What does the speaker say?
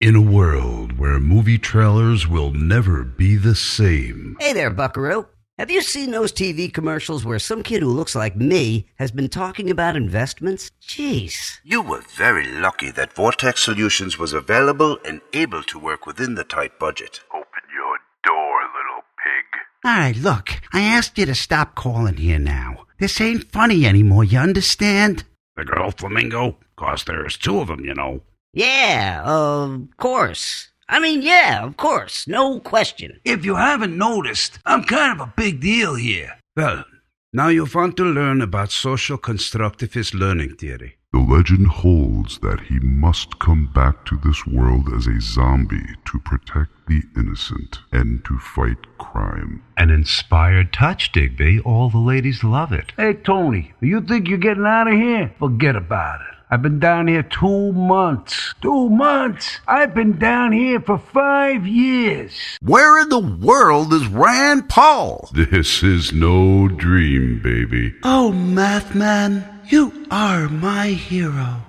In a world where movie trailers will never be the same, Hey there, Buckaroo. Have you seen those TV commercials where some kid who looks like me has been talking about investments? Jeez. You were very lucky that Vortex Solutions was available and able to work within the tight budget. Open your door, little pig. All right, look, I asked you to stop calling here now. This ain't funny anymore, you understand? the girl flamingo, cause there's two of them, you know. Yeah, of course. I mean, yeah, of course. No question. If you haven't noticed, I'm kind of a big deal here. Well, now you want to learn about social constructivist learning theory. The legend holds that he must come back to this world as a zombie to protect the innocent and to fight crime. An inspired touch, Digby. All the ladies love it. Hey, Tony, you think you're getting out of here? Forget about it. I've been down here two months. Two months? I've been down here for five years. Where in the world is Rand Paul? This is no dream, baby. Oh, Mathman, you are my hero.